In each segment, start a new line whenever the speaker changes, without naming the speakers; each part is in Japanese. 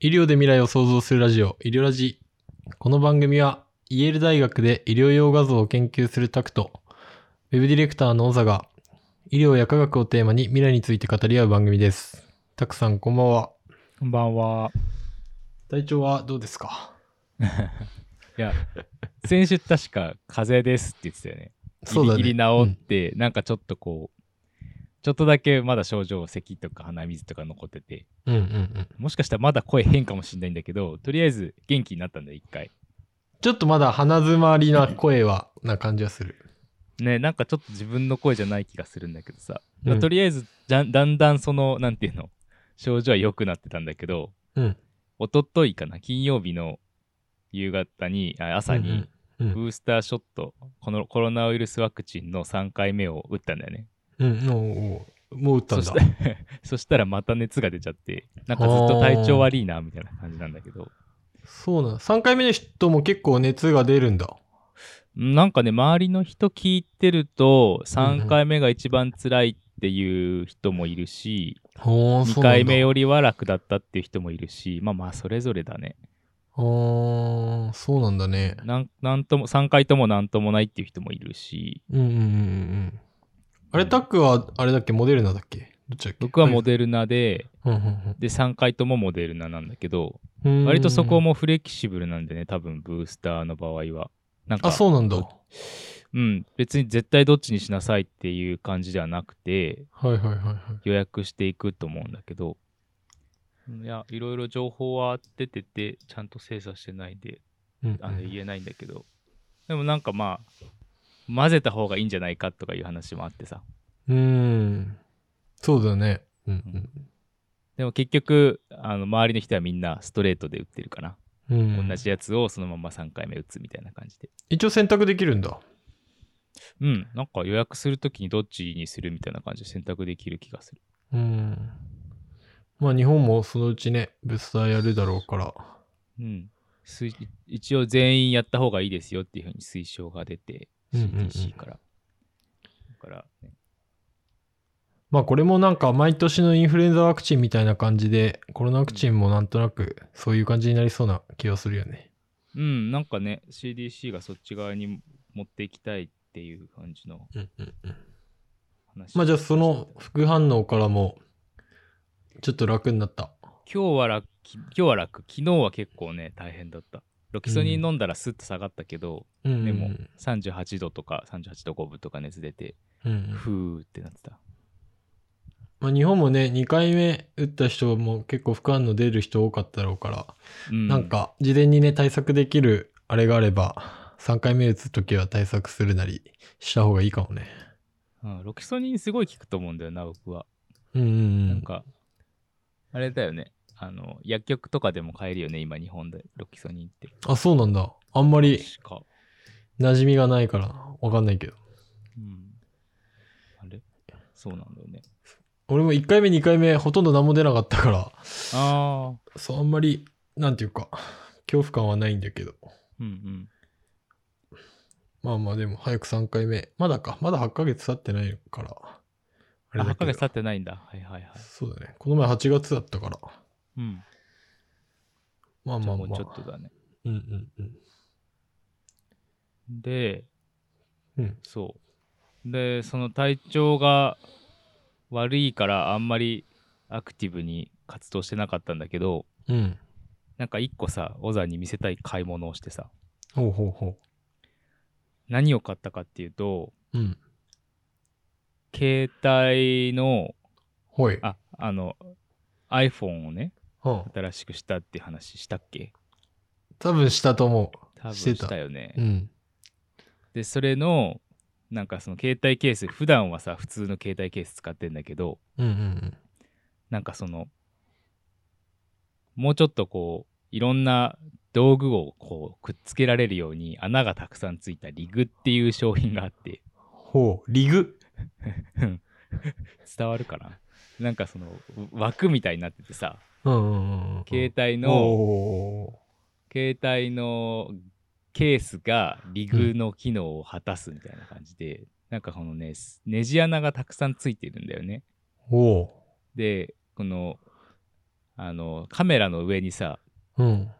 医療で未来を創造するラジオ、医療ラジ。この番組は、イェール大学で医療用画像を研究するタクト、ウェブディレクターの小佐が、医療や科学をテーマに未来について語り合う番組です。タクさん、こんばんは。
こんばんは。
体調はどうですか
いや、先週確か風邪ですって言ってたよね。ギリギリ治
うん
って、なんかちょっとこう、ちょっとだけまだ症状、咳とか鼻水とか残ってて、
うんうんうん。
もしかしたらまだ声変かもしんないんだけど、とりあえず元気になったんだよ、一回。
ちょっとまだ鼻づまりな声は、な感じはする。
ね、なんかちょっと自分の声じゃない気がするんだけどさ、
うん
とりあえずじゃんだんだんその、なんていうの、症状は良くなってたんだけど、
うん。
一昨日かな、金曜日の夕方に、あ朝に、
うんうん。
ブースターショット、このコロナウイルスワクチンの3回目を打ったんだよね。
うん、うんおうおうもう打ったん
そ
だ
し。たそしたらまた熱が出ちゃって、なんかずっと体調悪いなみたいな感じなんだけど、
そうなんだ。3回目の人も結構熱が出るんだ。
なんかね、周りの人聞いてると、
うんうん
3回目が一番辛いっていう人もいるし、
ほー
2回目よりは楽だったっていう人もいるし、まあまあ、それぞれだね。
あーそうなんだね。
なんなんとも3回ともなんともないっていう人もいるし、
うんうんうんうんうん。あれ、タックは、あれだっけ、モデルナだっけどっちだっけ
僕はモ
ル
デルナで、
ナ。うんうん
で、3回ともモデルナなんだけど、
うん
割とそこ。もフレキシブルなんでね、多分ブースターの場合は。なんか
あ、そうなんだ。はい
うん、別に絶対どっちにしなさいっていう感じではなくて、
はいはいはい。
予約していくと思うんだけど、いや、いろいろ情報は出てて、ちゃんと精査してないで、
うん
あの言えないんだけど、でもなんかまあ、混ぜた方がいいんじゃないかとかいう話もあってさ、
うん。そうだね。うん
でも結局、あの周りの人はみんなストレートで打ってるかな。
うん。うん
同じやつをそのまま3回目打つみたいな感じで。
一応選択できるんだ。
うん、なんか予約するときにどっちにするみたいな感じで選択できる気がする。
うん。まあ日本もそのうちね、ブスターやるだろうから。
うん。すい一応全員やった方がいいですよっていうふうに推奨が出て、
うんうんうん
CDC から。だから、ね、
まあこれもなんか毎年のインフルエンザワクチンみたいな感じで、コロナワクチンもなんとなくそういう感じになりそうな気がするよね。
うん、なんかね、CDC がそっち側に持っていきたいっていう感じの
うんうんうん。
話。
まあじゃあその副反応からもちょっと楽になった。
今日は楽、今日は楽、昨日は結構ね、大変だった。ロキソニン飲んだらスッと下がったけど、
うん
でも38度とか38度5分とか熱出て、
うん
ふーってなってた。
まあ、日本もね2回目打った人も結構副反応出る人多かったろうから、
う
なんか事前にね対策できるあれがあれば3回目打つ時は対策するなりした方がいいかもね。
うん、ロキソニンすごい効くと思うんだよな、僕は。
うんうんうん
なんか、あれだよね。あの、薬局とかでも買えるよね、今日本で、ロキソニンって。
あそうなんだ。あんまり
確か。
馴染みがないからなわかんないけど。
うん。あれそうなんだよね。
俺も1回目2回目ほとんど何も出なかったから
ああ。
そうあんまりなんていうか恐怖感はないんだけど。
うんうん。
まあまあでも早く3回目。まだか。まだ8ヶ月経ってないから。あ
あ、
だ
8
け
ヶ
ど
月経ってないんだ。はいはいはい。
そうだね。この前8月だったから。
うん。
まあ
じ
ま
ゃ
あ
あもう
まあ。
ちょっとだね。
うんうんうん。
で、
うん
そう。で、その体調が悪いから、あんまりアクティブに活動してなかったんだけど、
うん。
なんか一個さ、小沢に見せたい買い物をしてさ、
ほうほうほ
何を買ったかっていうと、
う。うん。
携帯の、
ほい。
あ、あの、iPhone をね、
うん。
新しくしたっていう話したっけ
多分したと思
多分
してた
したよね。
う。うん。
で、それの、なんかその携帯ケース、普段はさ、普通の携帯ケース使ってんだけど、
うんうん
なんかその、もうちょっとこう、いろんな道具をこう、くっつけられるように穴がたくさんついたリグっていう商品があって、
ほう。リグ。
伝わるかななんかその枠みたいになっててさ
うんうんうんうん。
携帯の
の。
携帯のケースがリグの機能を果たすみたいな感じで、なんかこのねすネジ穴がたくさんついてるんだよね
おお。
でこのあのカメラの上にさ
うん。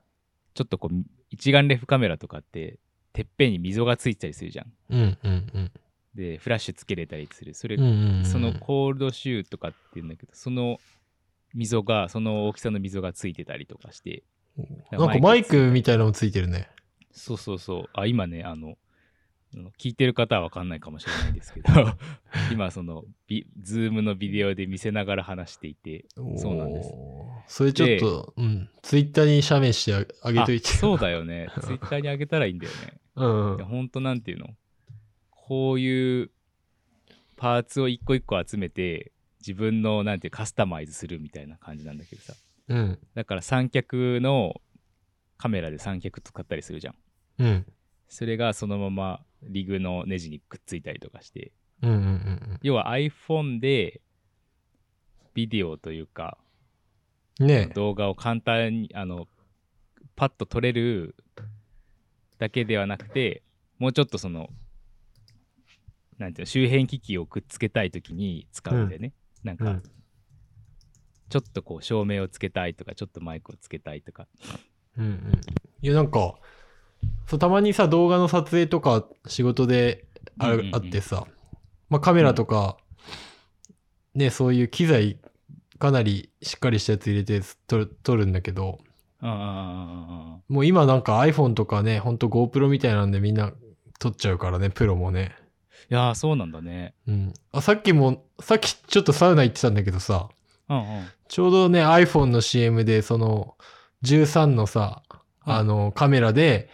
ちょっとこう一眼レフカメラとかっててっぺんに溝がついてたりするじゃん
うんうんうん。
でフラッシュつけれたりするそれ、
うんうんうん
そのコールドシューとかって言うんだけどその溝がその大きさの溝がついてたりとかして
なんかマイクみたいなのもついてるね。
そうそうそう。あ、今ね、あの、あの聞いてる方は分かんないかもしれないですけど、今、その、ビズームのビデオで見せながら話していて、そうなんです
おー。それちょっと、うん。ツイッターに写メしてああげといて。
あそうだよね。ツイッターにあげたらいいんだよね。
うんう
いや、
ん。
ほんと、なんていうのこういうパーツを一個一個集めて、自分の、なんていうカスタマイズするみたいな感じなんだけどさ。
うん。
だから三脚の、カメラで三脚使ったりするじゃん。
うん。
それがそのままリグのネジにくっついたりとかして、
うんうんうん
要は iPhone でビデオというか
うん。ねえ。
動画を簡単にあのパッと撮れるだけではなくてもうちょっとそのなんていうの周辺機器をくっつけたい時に使うんだよね、なん
う
か、
ん。
ちょっとこう照明をつけたいとかちょっとマイクをつけたいとか
うんうん。いや、なんか、そうたまにさ、動画の撮影とか仕事であ,、
うんうんうん
あってさ、まあ、カメラとか、ね、そういう機材、かなりしっかりしたやつ入れて撮る撮るんだけど、
あ
もう今なんか iPhone とかね、ほんと GoPro みたいなんでみんな撮っちゃうからね、プロもね。
あいやーそうなんだね
うん。あ、さっきも、さっきちょっとサウナ行ってたんだけどさ、
うんうん
ちょうどね、iPhone の CM で、その、13のさ、
はい
あの、カメラで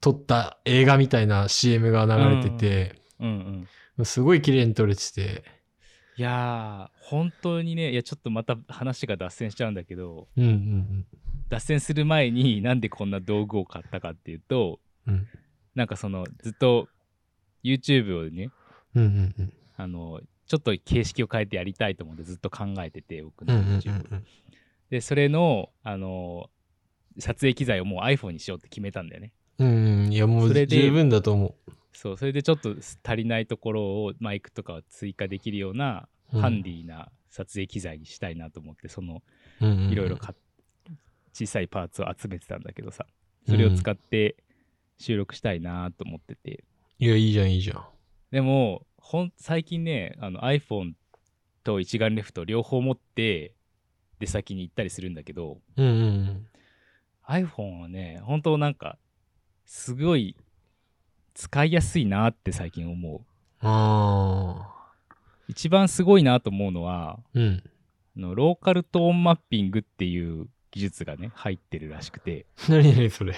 撮った映画みたいな CM が流れてて、
うんうん
すごい綺麗に撮れてて、
いやー本当にねいやちょっとまた話が脱線しちゃうんだけど
うんうん
脱線する前になんでこんな道具を買ったかっていうと
うん。
なんかそのずっと YouTube をね
うんうんうん
あのちょっと形式を変えてやりたいと思ってずっと考えてて僕
うん。う
の
ん
YouTube、
うん
でそれのあの撮影機材をもう iPhone にしようって決めたんだよね
うん。うん、いやも
そうれで
十分だと思
そうそれでちょっと足りないところをマイクとかを追加できるような
うん
ハンディな撮影機材にしたいなと思ってその
う。うんうんうん
いろいろ買っ小さいパーツを集めてたんだけどさそれを使って収録したいなと思ってて、
いや、いいじゃん、いいじゃん。
でもほん最近ねあの iPhone と一眼レフと両方持って出先に行ったりするんだけど
うんうん
iPhone はね本当なんかすごい使いやすいなって最近思う
うん。ああ。
一番すごいなと思うのは
うん。
あのローカルトーンマッピングっていう技術がね入ってるらしくて
何何それ。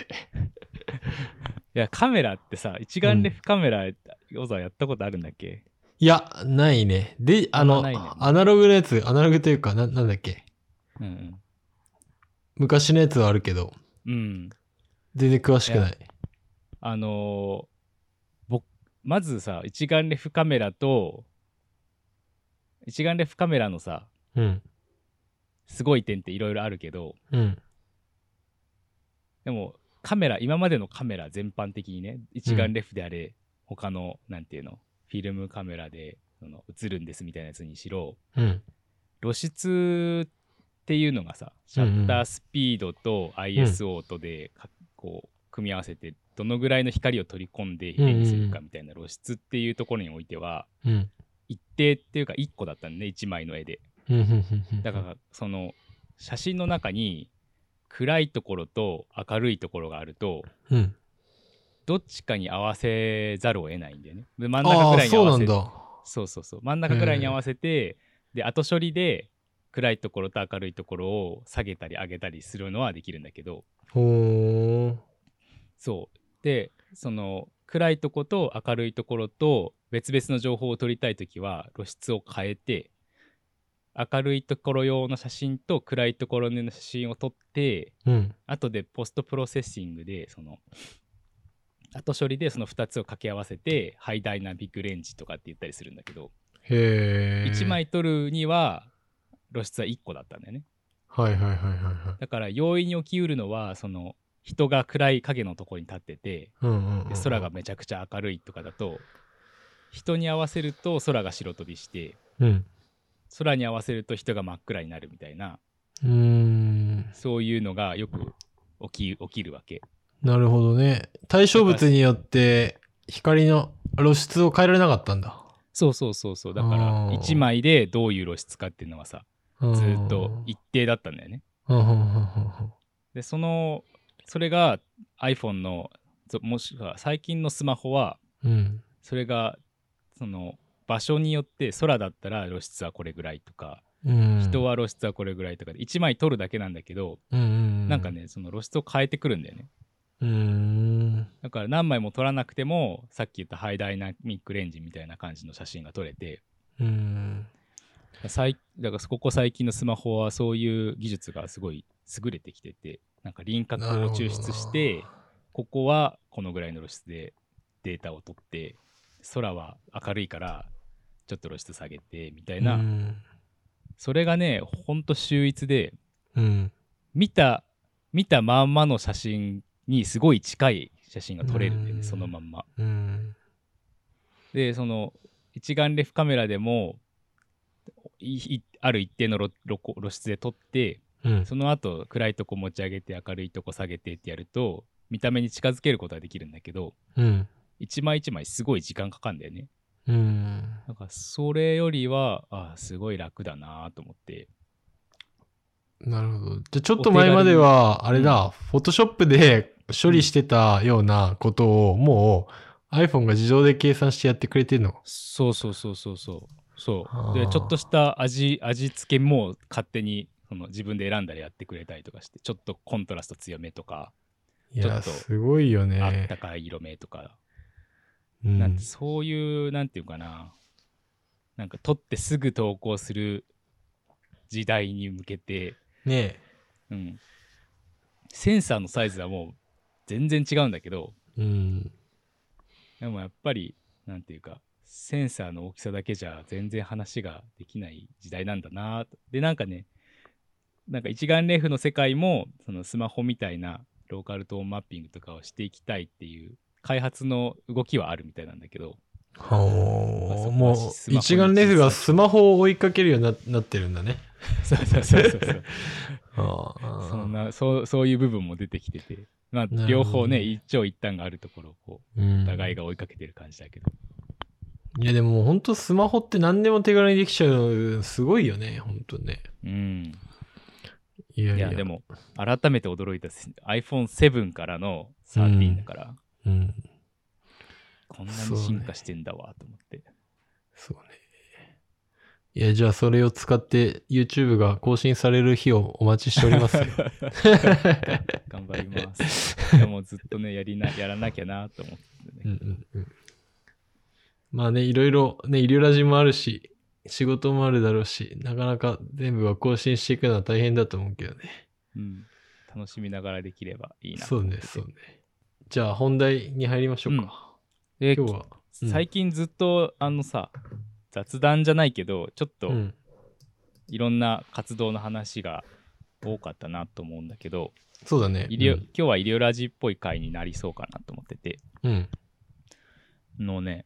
いやカメラってさ一眼レフカメラ、ヨザやったことあるんだっけ
いや、ないね。で、あ
あん
の、
まないね
アナログのやつ、アナログというか、ななんだっけ。
うん
昔のやつはあるけど、
うん、うん、
全然詳しくない。
あのーぼまずさ一眼レフカメラと一眼レフカメラのさ
うん。
すごい点っていろいろあるけど
うん。
でもカメラ今までのカメラ全般的にね一眼レフであれ、他のなんていうのフィルムカメラでその映るんですみたいなやつにしろ
うん。
露出っていうのがさシャッタースピードと ISO とでか、こう組み合わせてどのぐらいの光を取り込んで比例にするかみたいな露出っていうところにおいては
うん。
一定っていうか1個だったんで1枚の絵で
うん。うん。うん
だからその写真の中に暗いところと明るいところがあると
うん。
どっちかに合わせざるを得ないんだよねで真ん中
あ
ぐ
あー、
らいに
そ
合
うな
わせ
ん
て
だ。
そうそうそう真ん中ぐらいに合わせて、で後処理で暗いところと明るいところを下げたり上げたりするのはできるんだけど
ほー。
そうでその暗いとこと明るいところと別々の情報を撮りたい時は露出を変えて明るいところ用の写真と暗いところの写真を撮って
うん。
後でポストプロセッシングでその後処理でその2つを掛け合わせてハイダイナミックレンジとかって言ったりするんだけど
へえ。
1。枚取るには露出は1個だったんだよね
はいはいはいはいはい。
だから容易に起きうるのはその人が暗い影のとこに立ってて
うんうんうんうん。
で空が。めちゃくちゃ明るいとかだと人に合わせると空が白飛びして
うん。
空に合わせると人が真っ暗になるみたいな
うーん。
そういうのがよく起き起きるわけ。
なるほどね。対象物によって光の露出を変えられなかったんだ。
そうそうそうそうだか
あ
ら
ー
1枚でどういう露出かっていうのはさ
うん
ずーっと一定だったんだよね。
うんうんうんうん
でそのそれが iPhone のぞもしくは最近のスマホは
うんうん。
それがその場所によって空だったら露出はこれぐらいとか、
うん。
人
は、
は露出はこれぐらいとかで1枚撮るだけなんだけど、
うんうん、
なんか。ねその露出を変えてくるんだよね
うーん。
だから何枚も撮らなくてもさっき言ったハイダイナミックレンジみたいな感じの写真が撮れて
うん。
最だからここ最近のスマホはそういう技術がすごい優れてきててなんか輪郭を抽出してここはこのぐらいの露出でデータを取って空は明るいからちょっと露出下げてみたいな、
うん。
それがねほんと秀逸で
うん。
見た見たまんまの写真にすごい近い写真が撮れるんだよ
うん
ねそのまんま
うん。
でその一眼レフカメラでもいいある一定の露露光露出で撮って
うん。
その後暗いとこ持ち上げて明るいとこ下げてってやると見た目に近づけることはできるんだけど
うん。
一枚一枚すごい時間かかるんだよね
うん。
なんかそれよりはあすごい楽だなと思って
なるほど。じゃあちょっと前までは、あれだ、フォトショップで処理してたようなことを、もう iPhone が自動で計算してやってくれてるの。
そうそうそうそうそうそ
あ
う
ー
でちょっとした味味付けも勝手にその自分で選んだりやってくれたりとかしてちょっとコントラスト強めとか、
い
ちょ
や、
っと
すごいよね。
あったかい色目とか
うん
なんてそういうなんていうかななんか撮ってすぐ投稿する時代に向けて、
ね
うん、センサーのサイズはもう全然違うんだけど
え。うん。
でもやっぱりなんていうかセンサーの大きさだけじゃ全然話ができない時代なんだなとでなんかねなんか一眼レフの世界もそのスマホみたいなローカルトーンマッピングとかをしていきたいっていう開発の動きはあるみたいなんだ けど
は
あそ
あ、
こは
も
ス
う、
マホに
一眼レフがスマホを追いかけるようにななってるんだね。
そうそうそうそうそう
ああ
そんなそうそういう部分も出てきてて、ま
るほど
あ、
ね
両方ね一長一短があるところをこ
うん
うお互いが追いかけてる感じだけど、
いや、でも本当スマホって何でも手軽にできちゃうの、すごいよね、本当ね。
うん、
いやい
い
や、
やで。も改めて驚いた iPhone7 からの
うん
13だから、
うん。
こんなに進化してんだわと思って、
そうね。いや、じゃあそれを使って YouTube が更新される日をお待ちしております よ。
頑張りますいやもうずっとねやりなやらなきゃなと思って
う
ね、
んうんうんまあね、いろいろね、医療ラジもあるし、仕事もあるだろうし、なかなか全部は更新していくのは大変だと思うけどね。
うん楽しみながらできればいいなと
そう
思って
ね
て、
そうね。じゃあ本題に入りましょうか。
で
今日は。うん
最近ずっとあのさ雑談じゃないけどちょっと、
うん。
いろんな活動の話が多かったなと思うんだけど、
そうだね。
医療今日は医療ラジっぽい回になりそうかなと思ってて、
うん。うん。
あのね、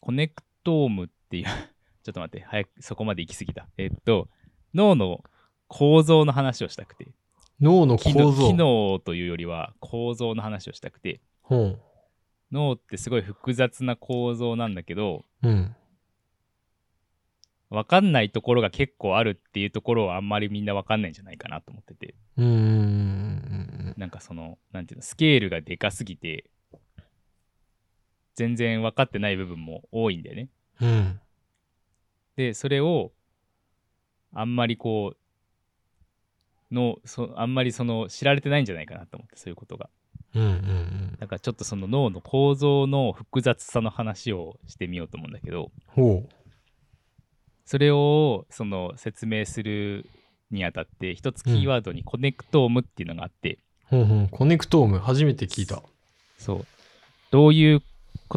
コネクトームっていう、 ちょっと待って、早くそこまで行き過ぎた。えっと、脳の構造の話をしたくて、
脳の
機
構
能
造。
機能というよりは構造の話をしたくて、
うん。
脳ってすごい複雑な構造なんだけど、
うん。
分かんないところが結構あるっていうところはあんまりみんな分かんないんじゃないかなと思ってて。
うんうんうんうん
なんかその、なんていうの、スケールがでかすぎて、全然分かってない部分も多いんだよね。
うん。うん。
で、それを、あんまりこう、のそあんまりその知られてないんじゃないかなと思ってそういうことが
うんうんうん。
なんかちょっとその脳の構造の複雑さの話をしてみようと思うんだけど
ほ
それをその説明するにあたって一つキーワードにコネクトームっていうのがあって、
う。ほうほう。コネクトーム、初めて聞いた。
そうどういう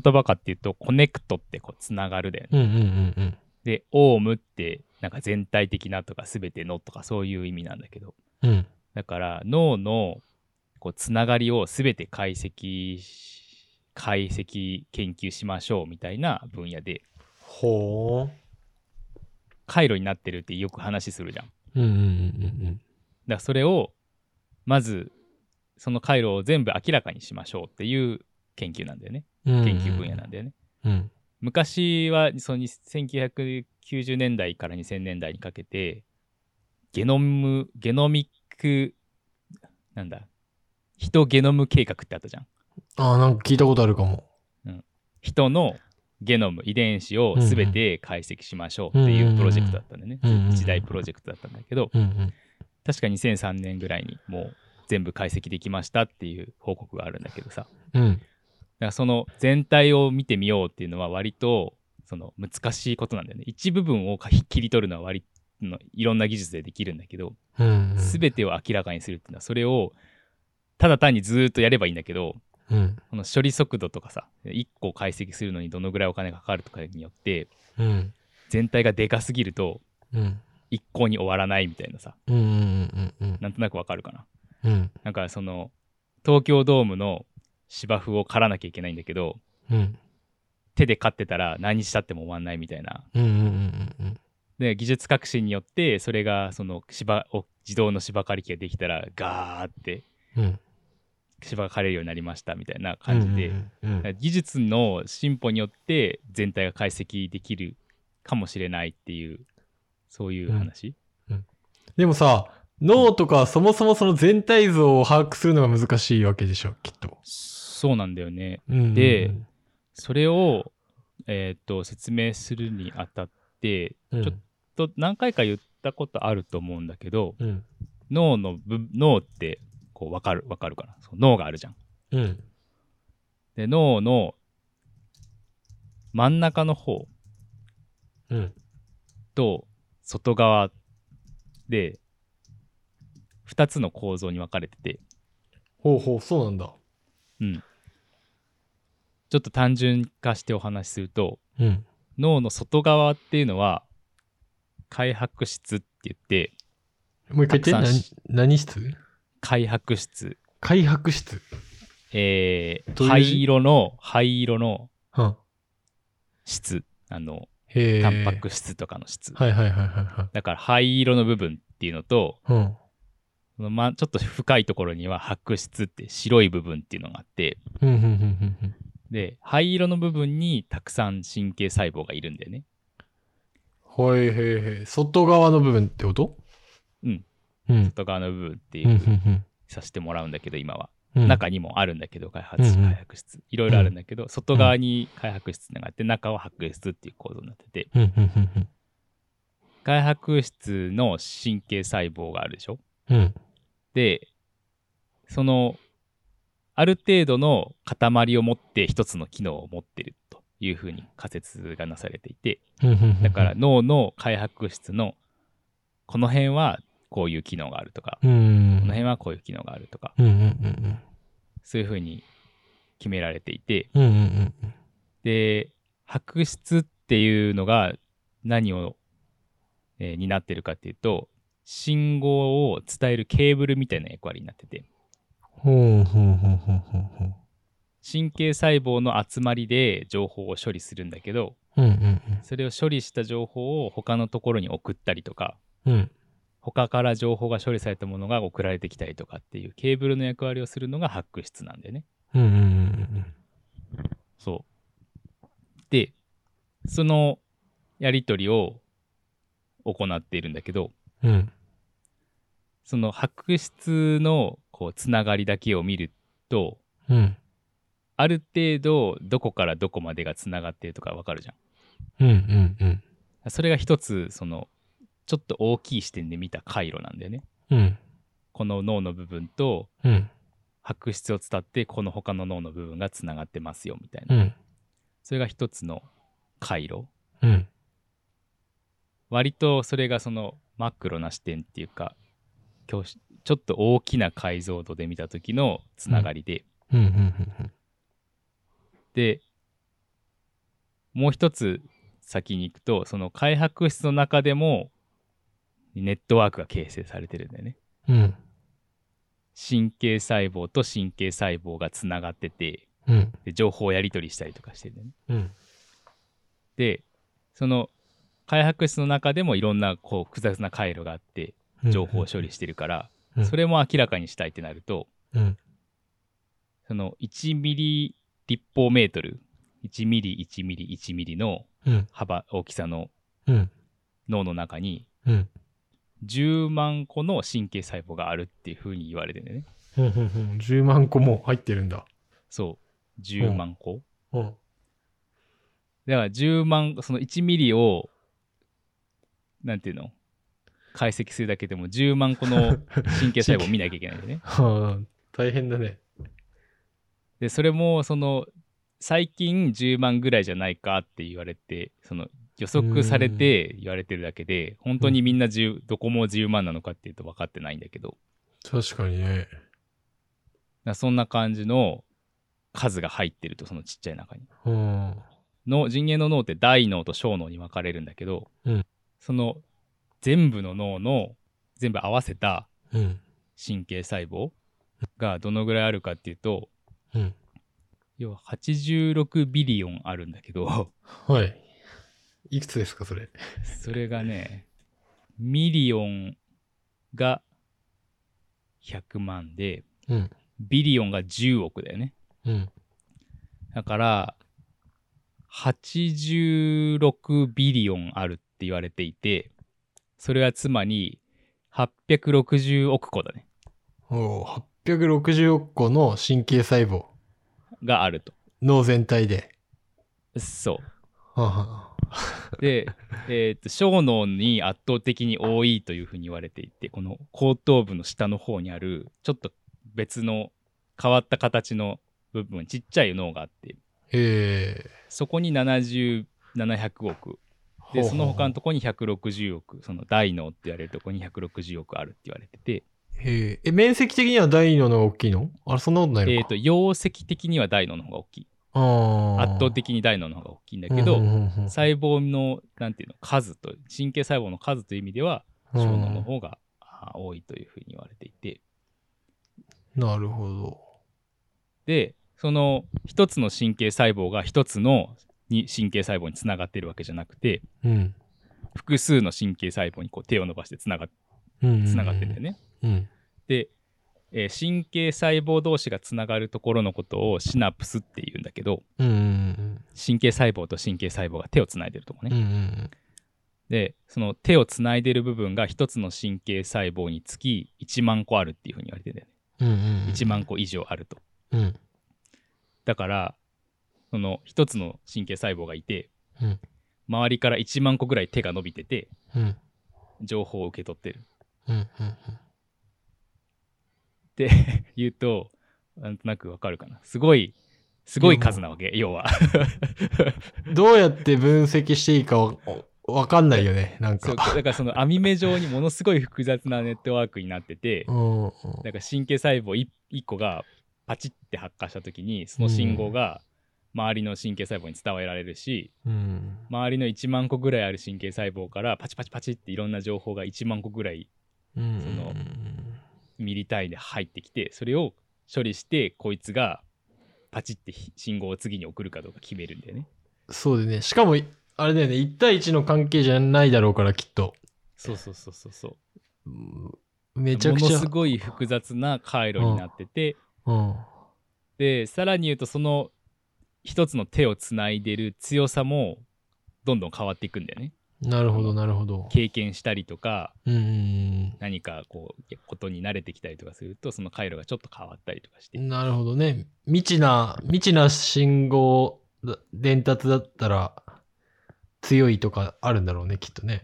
言葉かっていうとコネクトってこうつながるだよね
うんうんうんうん。
で、オウムって、なんか全体的なとか、すべてのとか、そういう意味なんだけど。
うん。
だから、脳の、こう、つながりをすべて解析し、解析、研究しましょうみたいな分野で、
ほ
回路になってるってよく話するじゃん。
う。うんうんうんうん
だからそれをまずその回路を全部明らかにしましょうっていう研究なんだよね
研
研究分野なんだよね。
うん。
昔はその1990年代から2000年代にかけてゲノムゲノミックなんだ人ゲノム計画ってあったじゃん
ああ、なんか聞いたことあるかも。
人のゲノム遺伝子を全て解析しましょうっていうプロジェクトだったんだね、
うんうんうん
一大プロジェクトだったんだけど
うんうん。
確か2003年ぐらいにもう全部解析できましたっていう報告があるんだけどさ
うん。
だからその全体を見てみようっていうのは割とその難しいことなんだよね一部分を切り取るのは割のいろんな技術でできるんだけど
うん。
全てを明らかにするっていうのはそれをただ単にずーっとやればいいんだけど
うん。
この処理速度とかさ1個解析するのにどのぐらいお金がかかるとかによって
うん。
全体がでかすぎると
うん。
一向に終わらないみたいなさ
うん。うん。うん。うん。
なんとなくわかるかな
うん。
なんかその東京ドームの芝生を刈らなきゃいけないんだけど
うん。
手で飼ってたら何したっても終わんないみたいな。
うん。うん。うん。
で技術革新によってそれがその芝を自動の芝刈り機ができたらガーって
うん。
芝が刈れるようになりましたみたいな感じで、だか
うん。
ら技術の進歩によって全体が解析できるかもしれないっていうそういう話、
でもさ、脳とかそもそもその全体像を把握するのが難しいわけでしょ、きっと。
そうなんだよね
うん
で、それを、えーっと説明するにあたって
うん
ちょっと何回か言ったことあると思うんだけど、
うん。
脳の部脳ってこう分かる分かるかなそう脳があるじゃん。
うん。
で脳の真ん中の方
うん。
と外側で2つの構造に分かれてて
ほうほう、そうなんだ。
ちょっと単純化してお話しすると
うん。
脳の外側っていうのは開白質って言って
もう一回言
た
っ
く
て
さんし、
何何室
開白質
開白室。
え
ど
ー、
ういう字
灰色の灰色の
は
質あの
へえ。
タンパク質とかの質、
はいはいはいはいはい。
だから灰色の部分っていうのと、
うん。
そのま、ちょっと深いところには白質って白い部分っていうのがあって
うんうんうんうん
で灰色の部分にたくさん神経細胞がいるんだよね
うん。はいへいへい。外側の部分ってこと
うん。
うん。
外側の部分っていう
うんう
ふうに
ん
させてもらうんだけど今は、
うん。
中にもあるんだけど開発
うんうん
開発室いろいろあるんだけど、外側に開発室があって中は白質っていう構造になってて
うんうんうん
開発室の神経細胞があるでしょ
うん。うん。
でそのある程度の塊を持って一つの機能を持ってるというふうに仮説がなされていて
うんうんうん
だから、脳の開発室のこの辺はこういう機能があるとか
うん。
この辺はこういう機能があるとか
うんうんうん
そういうふうに決められていて
うん。うんうんうん
で白質っていうのが何を、えー担ってるかっていうと信号を伝えるケーブルみたいな役割になってて
うん。ほうほうほうほうほうほう。
神経細胞の集まりで情報を処理するんだけど
うんうん
それを処理した情報を他のところに送ったりとか
うん。うん。
他から情報が処理されたものが送られてきたりとかっていうケーブルの役割をするのがハック室なんだよね。
うんうんうん
そうでそのやり取りを行っているんだけど
うん。うん。
その白質のこうつながりだけを見ると
うん。
ある程度どこからどこまでがつながっているとかわかるじゃん。
うんうんうん。
それが一つそのちょっと大きい視点で見た回路なんだよね。
うん。
この脳の部分と
うん。
白質を伝ってこの他の脳の部分がつながってますよみたいな、
うん。
それが一つの回路
うん。
割とそれがそのマクロな視点っていうか教師ちょっと大きな解像度で見た時のつながりで、
うん。うん。
でもう一つ先に行くとその開発室の中でもネットワークが形成されてるんだよね
うん。
神経細胞と神経細胞がつながってて
うん。
で情報をやり取りしたりとかしてるのね。
うん。
でその開発室の中でもいろんなこう複雑な回路があって情報を処理してるから、
うん
それも明らかにしたいってなると、
うん
その1ミリ立方メートル、1ミリ、1ミリ、1ミリの
うん
幅、大きさの
うん
脳の中に、
うん
10万個の神経細胞があるっていうふうに言われてるんだよね。
うんうんうん10万個も入ってるんだ
そう、10万個。
うん
だから10万、その1ミリを、なんていうの解析するだけでも10万個の神経細胞を見なきゃいけないんだよね。
はあ大変だね
でそれもその最近10万ぐらいじゃないかって言われてその予測されて言われてるだけで本当にみんな10どこも10万なのかっていうと分かってないんだけど
確かにね
なそんな感じの数が入ってるとそのちっちゃい中に。
うん
の人間の脳って大脳と小脳に分かれるんだけど、
うん
その全部の脳の全部合わせた
うん
神経細胞がどのぐらいあるかっていうと
うん
要は86ビリオンあるんだけど。
はいいくつですかそれ
それがね、ミリオンが100万で、
うん
ビリオンが10億だよね。
うん
だから、86ビリオンあるって言われていて、それはつまり860億個だね。
おお860億個の神経細胞
があると。
脳全体で
そ
はあはあ
う。で、えっと、小脳に圧倒的に多いというふうに言われていて、この後頭部の下の方にある、ちょっと別の変わった形の部分、ちっちゃい脳があって、
へえ
そこに70、700億。で、その他のとこに160億、その大脳って言われるとこに160億あるって言われてて、
へええ面積的には第二の方が大きいのあれそんなことないのか
えっと、容積的には大脳の方が大きい。
あ
圧倒的に大脳の方が大きいんだけど、細胞の、なんていうの、数と、神経細胞の数という意味では、小脳の方があー多いというふうに言われていて
なるほど。
でその一つの神経細胞が一つのに神経細胞につながってるわけじゃなくて
うん。
複数の神経細胞にこう手を伸ばしてつなが
うん
つながってるんだよ
ね。
ね。
うん。
で、えー神経細胞同士がつながるところのことをシナプスっていうんだけど
うんうん
神経細胞と神経細胞が手をつないでるとこ
う
ね
ん。。うん
でその手をつないでる部分が一つの神経細胞につき1万個あるっていうふうに言われてるんだよね。
うんうん。
1万個以上あると。
うん。
だからその一つの神経細胞がいて、
うん
周りから1万個ぐらい手が伸びてて
うん
情報を受け取ってるっ
うんうん。
て言うとなんとなくわかるかなすごいすごい数なわけ要は
どうやって分析していいかわわかんないよね。なん
そう
か。
だからその網目状にものすごい複雑なネットワークになってて
うんうん
なんか神経細胞 1, 個がパチッて発火した時にその信号が周りの神経細胞に伝えられるし、
うん。
周りの1万個ぐらいある神経細胞からパチパチパチっていろんな情報が1万個ぐらい
うん
そのミリ単位で入ってきてそれを処理してこいつがパチって信号を次に送るかどうか決めるんだよね
そうでね。しかも、あれだよね。1対1の関係じゃないだろうから、きっと。
そうそうそうそうそう
うんめちゃく
も
ち
の
ゃ。
すごい複雑な回路になってて、
うん。
でさらに言うとその一つの手をつないでる強さもどんどん変わっていくんだよね
なるほど、なるほど。
経験したりとか
うんうん
何かこうことに慣れてきたりとかするとその回路がちょっと変わったりとかして
うん。なるほどね。未知な、未知な信号だ伝達だったら強いとかあるんだろうね、きっとね。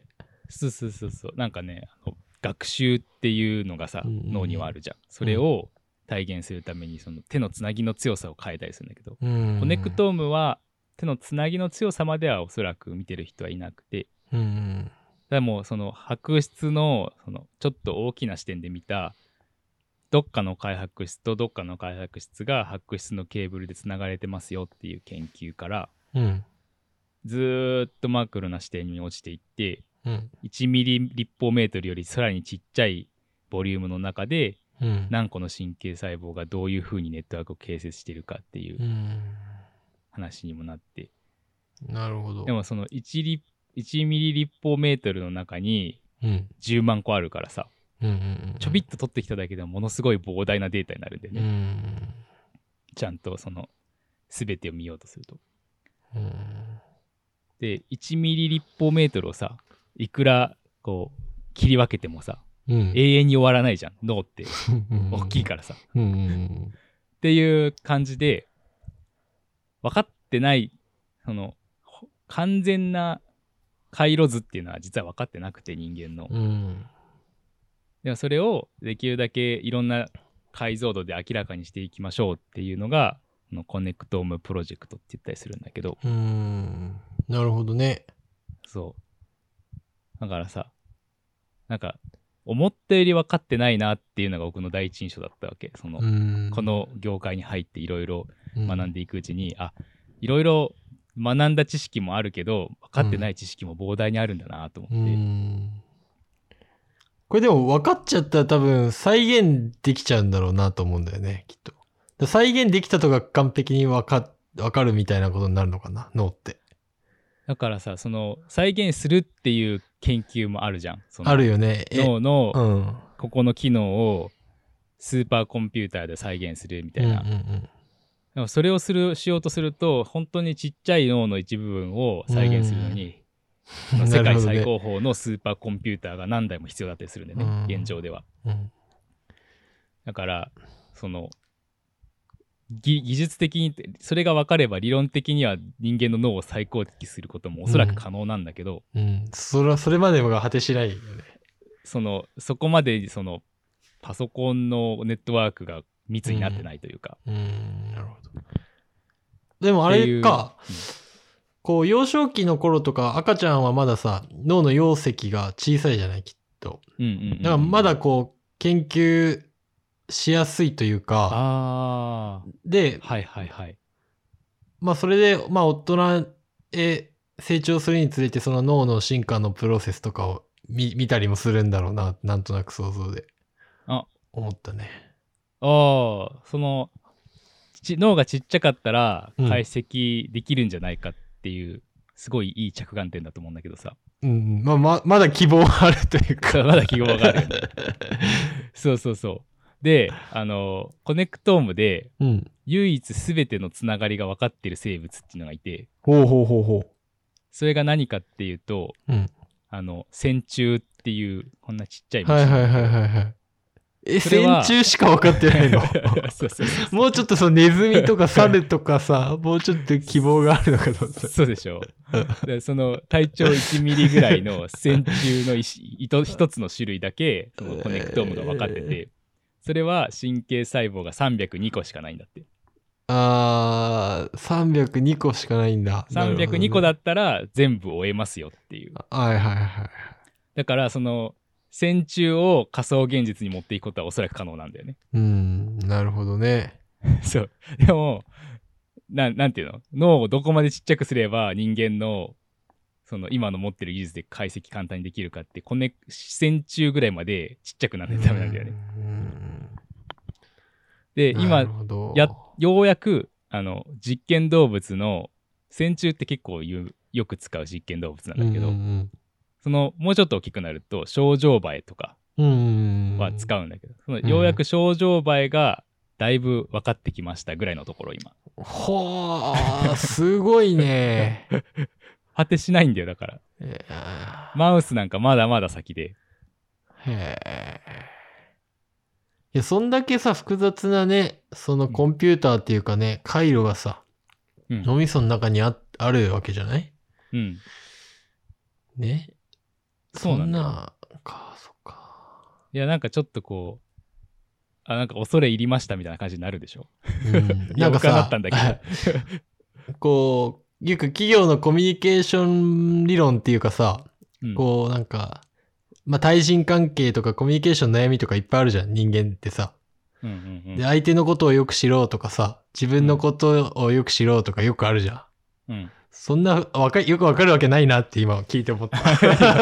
そうそうそうそうなんかねあの学習っていうのがさ、
うんうんうん
脳にはあるじゃんそれを体現するためにその手のつなぎの強さを変えたりするんだけど、
うん
コネク。トームは手のつなぎの強さまではおそらく見てる人はいなくて
うん
でもその白質のそのちょっと大きな視点で見たどっかの開発室とどっかの開発室が白質のケーブルでつながれてますよっていう研究から
うん。うん。
ずーっとマクロな視点に落ちていって
うん。
1ミリ立方メートルよりさらにちっちゃいボリュームの中で
うん。
何個の神経細胞がどういうふうにネットワークを形成してるかっていううん話にもなって
なるほど。
でもその 1, リ1ミリ立方メートルの中に
うん。
10万個あるからさ
うんうんうん
ちょびっと撮ってきただけでもものすごい膨大なデータになるんで
う
ね、
ん
ちゃんとその全てを見ようとすると。
うん
で1ミリ立方メートルをさいくらこう切り分けてもさ
うん
永遠に終わらないじゃん脳って
うん
大きいからさ。っ
うんうん
ていう感じで分かってないそのほ完全な回路図っていうのは実は分かってなくて人間の
うんうん
でもそれをできるだけいろんな解像度で明らかにしていきましょうっていうのがこのコネクトームプロジェクトって言ったりするんだけど
うんなるほどね
そうだからさなんか思ったより分かってないなっていうのが僕の第一印象だったわけその、
うん
この業界に入っていろいろ学んでいくうちに、あいろいろ学んだ知識もあるけど分かってない知識も膨大にあるんだなと思って、
うんこれでも分かっちゃったら多分再現できちゃうんだろうなと思うんだよねきっとで再現できたとか完璧に分か分かるみたいなことになるのかな脳って
だからさその再現するっていう研究もあるじゃんその
あるよねえ
脳の
うん
ここの機能をスーパーコンピューターで再現するみたいな、
うんうん
でもそれをするしようとすると本当にちっちゃい脳の一部分を再現するのに、
うん
まあ
なるほ
世界
どね
最高峰のスーパーコンピューターが何台も必要だったりするんでね、
うん
現状では
うん
だからその技技術的にそれが分かれば理論的には人間の脳を再構築することもおそらく可能なんだけど、
うんそれはそれまでが果てしないよね
そのそこまでそのパソコンのネットワークが密になってないというか、
うんなるほどでもあ
ってい
れ
う
か
うん
こう幼少期の頃とか赤ちゃんはまださ脳の容積が小さいじゃないきっと
うんうんうん
だからまだこう研究しやすいというか
あ
で
あ、はいはいはい。
まあそれでまあ大人へ成長するにつれてその脳の進化のプロセスとかを見見たりもするんだろうななんとなく想像で
あ
思ったね。
ああ、そのち脳がちっちゃかったら
うん
解析できるんじゃないかっていう、すごいいい着眼点だと思うんだけどさ。
うんうん、まあままだ希望はあるというか。
まだ記号があるよね。そうそうそう。で、あの、コネクトームで
うん。
唯一全てのつながりが分かってる生物っていうのがいて、
ほうほうほうほ
それが何かっていうと、
う。うん。
あの、線虫っていう、こんなちっちゃい虫。
はいはいはいはいはい。え、
それ
線
は
虫しか分かってないの
そうそうそう
もうちょっとそのネズミとか猿とかさ、もうちょっと希望があるのかと思った。
そうでしょでその体長1ミリぐらいの線虫の一糸一つの種類だけそのコネクトームが分かっててそれは神経細胞が302個しかないんだって
あー、302個しかないんだ。なるほどね
302個だ。ったら全部終えますよっていう
はいはいはい。
だからその線虫を仮想現実に持っていくことはおそらく可能なんだよね
うん、なるほどね。
そうでもなんなんていうの脳をどこまでちっちゃくすれば人間のその今の持ってる技術で解析簡単にできるかってコネ線虫ぐらいまでちっちゃくならないとダメなんだよね
うん。
で
な
今
るほど
やようやくあの実験動物の線虫って結構言うよく使う実験動物なんだけど、
うん
そのもうちょっと大きくなると症状バエとか
うんうん。
は使うんだけど、その
うん
ようやく症状バエがだいぶ分かってきましたぐらいのところ今
うん。ほー、すごいね。
果てしないんだよだから
えー
マウスなんかまだまだ先で
へえ。いや、そんだけさ、複雑なね、そのコンピューターっていうかね、回路がさ、
うん、
脳みその中にああるわけじゃない
うん、
ね。
そうなんだよ
なか、そっか。
いやなんかちょっとこうあなんか恐れ入りましたみたいな感じになるでしょ
うん、
い
な
や
んか
僕はな
さ
ったんだけ ど
こう、よく企業のコミュニケーション理論っていうかさ、
うん
こうなんか、まあ、対人関係とかコミュニケーションの悩みとかいっぱいあるじゃん、人間ってさ。
うんうん
で、相手のことをよく知ろうとかさ、自分のことをよく知ろうとかよくあるじゃん。
うん うん
そんな、わかよくわかるわけないなって今聞いて思った。
ち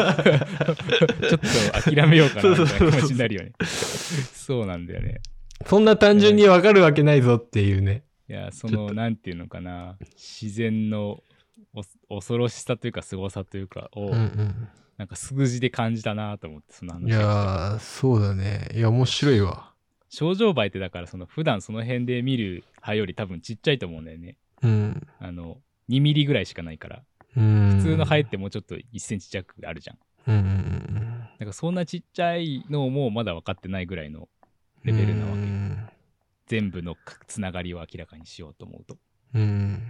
ょっと諦めようかなみたいな気持ちになるよね。そうなんだよね。
そんな単純にわかるわけないぞっていうね。
いや、そ
ちょっ
の、なんていうのかな、自然のお恐ろしさというか、すごさというかを、
うんうん。
なんか数字で感じたなと思ってその話を
い
して
やー、そうだね。いや、面白いわ。
症状倍ってだからその普段その辺で見る肺より多分ちっちゃいと思うんだよね
うん。
あの2ミリぐらいしかないから
うん。
普通の肺ってもうちょっと1センチ弱あるじゃん
うんうんうん
なんかそんなちっちゃいのもまだ分かってないぐらい
う
の
ん。
レベルなわ
う
け
ん
全部のつながりを明らかにしようと思うと
うん。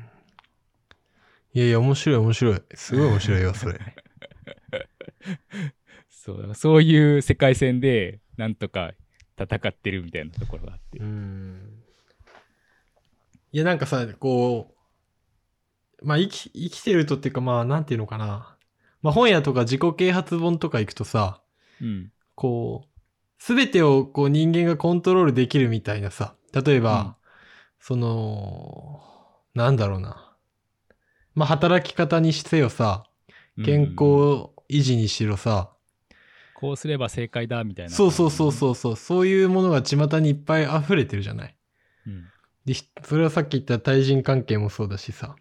いやいや、面白い面白い。すごい面白いよ、それ。
そうそういう世界線でなんとか戦ってるみたいなところがあって、
うん。いや、なんかさ、こう、まあ、生き、生きてるとっていうか、まあ、なんていうのかな。まあ、本屋とか自己啓発本とか行くとさ、
うん
こう、すべてをこう人間がコントロールできるみたいなさ、例えば、
うん
その、なんだろうな。まあ、働き方にせよさ、健
うん
康維持にしろさ、
こうすれば正解だみたいな
そうそうそうそうそう、そういうものが巷にいっぱい溢れてるじゃない。
うん、
で、ひそれはさっき言った対人関係もそうだしさ。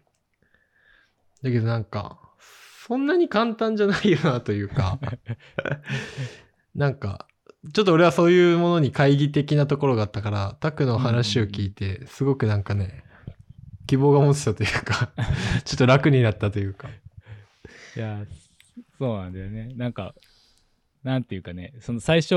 だけどなんか、そんなに簡単じゃないよなというか、 なんか、ちょっと俺はそういうものに懐疑的なところがあったから、タクの話を聞いて、すごくなんかね、希望が持てたという か、ちょっと楽になったというか。
いやそうなんだよねなんかなんていうかねその最初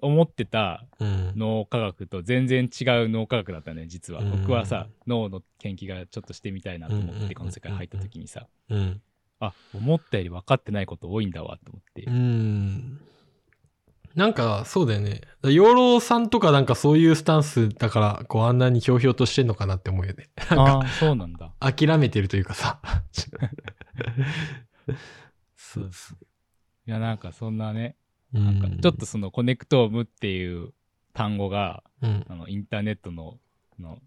思ってた
うん。
脳科学と全然違う脳科学だったね実は、
うん
僕はさ脳の研究がちょっとしてみたいなと思
うんうんうん
っ
うん
てこの世界入った時にさ
うん。
あ思ったより分かってないこと多いんだわと思って、
うん。なんか、そうだよね。養老さんとかなんかそういうスタンスだから、こうあんなにひょうひょうとしてんのかなって思うよね。なんか
ああそうなんだ
諦めてるというかさ。そうそ
いやなんかそんなね
う。
なんかちょっ
と、
とそのコネクトームっていう単語が
うん
あのインターネットのの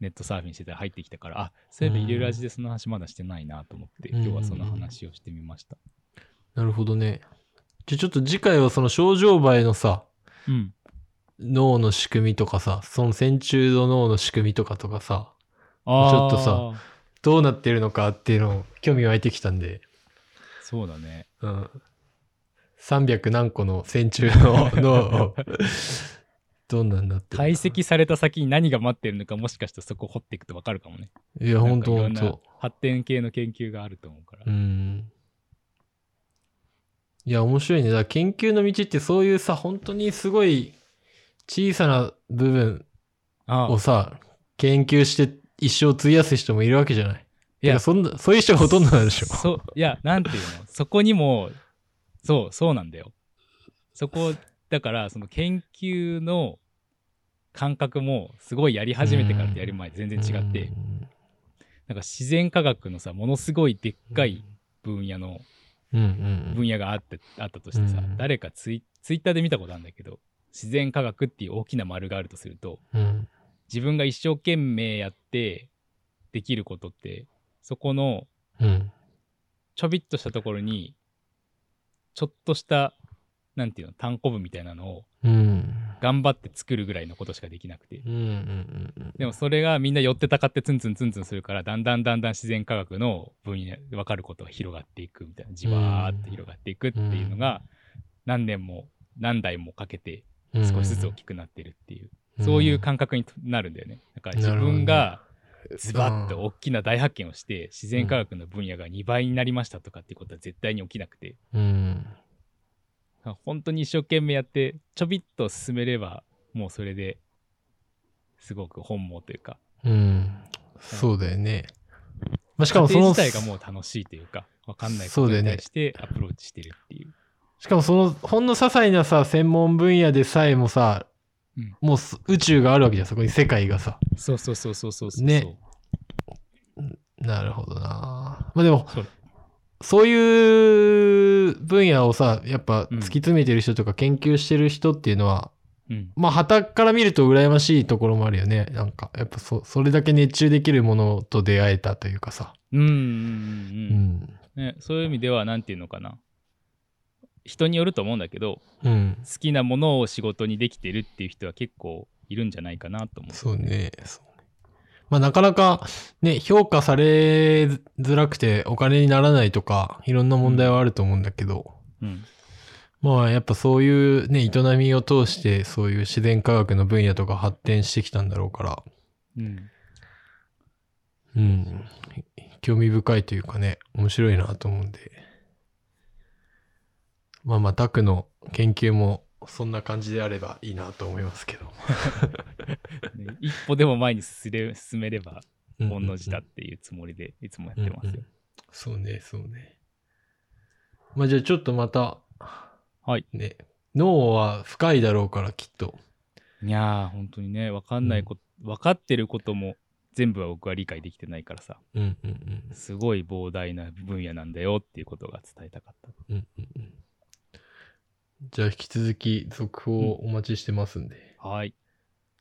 ネットサーフィンしてたら入ってきたからあそういえば
うん
イリュラジでその話まだしてないなと思って、
うんうんうん
今日はその話をしてみました
なるほどね。じゃあちょっと次回はその症状映えのさ、
うん
脳の仕組みとかさ、その線虫の脳の仕組みとかとかさ、ちょっとさ
あー
どうなってるのかっていうのを興味湧いてきたんで、
そうだね
うん。300何個の線虫の脳 を、どんなんなってるのか
解析された先に何が待ってるのかもしかしたらそこ掘っていくと分かるかもね。
いや、ほんとほ
なんんかいろんな
と。
発展系の研究があると思うから。
うん。いや、面白いね。だから研究の道ってそういうさ、本当にすごい小さな部分
ああ
をさ、研究して一生費やす人もいるわけじゃない。い
い
や、
や、
そんな、そういう人がほとんどなんでしょ。
そう、いや、なんていうの、そこにも、そう、そうなんだよ。そこ、だから、その研究の感覚も、すごいやり始めてからとやる前、全然違って、なんか自然科学のさ、ものすごいでっかい分野の、
うん。うんうん
分野があってあったとしてさ、
うん
誰かツイツイッターで見たことあるんだけど、自然科学っていう大きな丸があるとすると、
うん。
自分が一生懸命やってできることってそこの
うん。
ちょびっとしたところにちょっとしたなんていうの単行部みたいなのを
うん。うん。
頑張って作るぐらいのことしかできなくて
うん。うん。
でもそれがみんな寄ってたかってツンツンツンツンするからだんだんだんだん自然科学の分野分かることが広がっていくみたいなじわーって広がっていくっていうのが何年も何代もかけて
うん
少しずつ大きくなってるっていうそういう感覚になるんだよね。だから自分
なるほど
がズバッと大きな大発見をして、自然科学の分野が2倍になりましたとかっていうことは絶対に起きなくて、
うん。
本当に一生懸命やって、ちょびっと進めれば、もうそれですごく本望というか、
うん。そうだよね。まあ、し
し
かもその、
自体がもう楽しいというか、わかんないこ
そう
と
だよ
に
ね
対してアプローチしてるっていう。
しかもそのほんの些細なさ専門分野でさえもさ、
うん
もうす宇宙があるわけじゃんそこに世界がさ
そうそうそうそうそうそう。
ねなるほどなまあでも
そう
そういう分野をさやっぱ
うん
突き詰めてる人とか研究してる人っていうのは、
うん。
まあ旗から見ると羨ましいところもあるよねなんかやっぱそそれだけ熱中できるものと出会えたというかさ
うんうん
う
うんうん、
ん
ね。そういう意味では、なんていうのかな。人によると思うんだけど、
うん
好きなものを仕事にできてるっていう人は結構いるんじゃないかなと思う。
そうねそうねまあ、なかなかね、評価されづらくてお金にならないとか、いろんな問題はあると思うんだけど、
うん、
まあやっぱそういうね、営みを通して、そういう自然科学の分野とか発展してきたんだろうから、
うん、
うん、興味深いというかね、面白いなと思うんで。まあまあ、タクの研究もそんな感じであればいいなと思いますけど。
ね一歩でも前に進め進めれば
うん
御の字だっていうつもりでいつもやってますよ、
うんうんそうね、そうね。まあじゃあちょっとまた、
はい。
ね、脳は深いだろうからきっと。
いやー本当にね分かんないこと、分かってることも全部は僕は理解できてないからさ
うんうんうん。
すごい膨大な分野なんだよっていうことが伝えたかった
うんうんうんじゃあ引き続き続報をお待ちしてますんで。
はい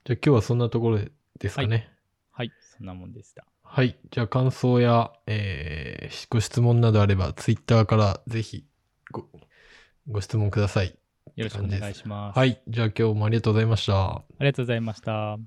じゃあ今日はそんなところですかね。
はいそんなもんでした
はい。じゃあ感想や、えーご質問などあれば、ツイッターからぜひご、ご質問ください。
よろしくお願いします、
はい。じゃあ今日もありがとうございました。
ありがとうございました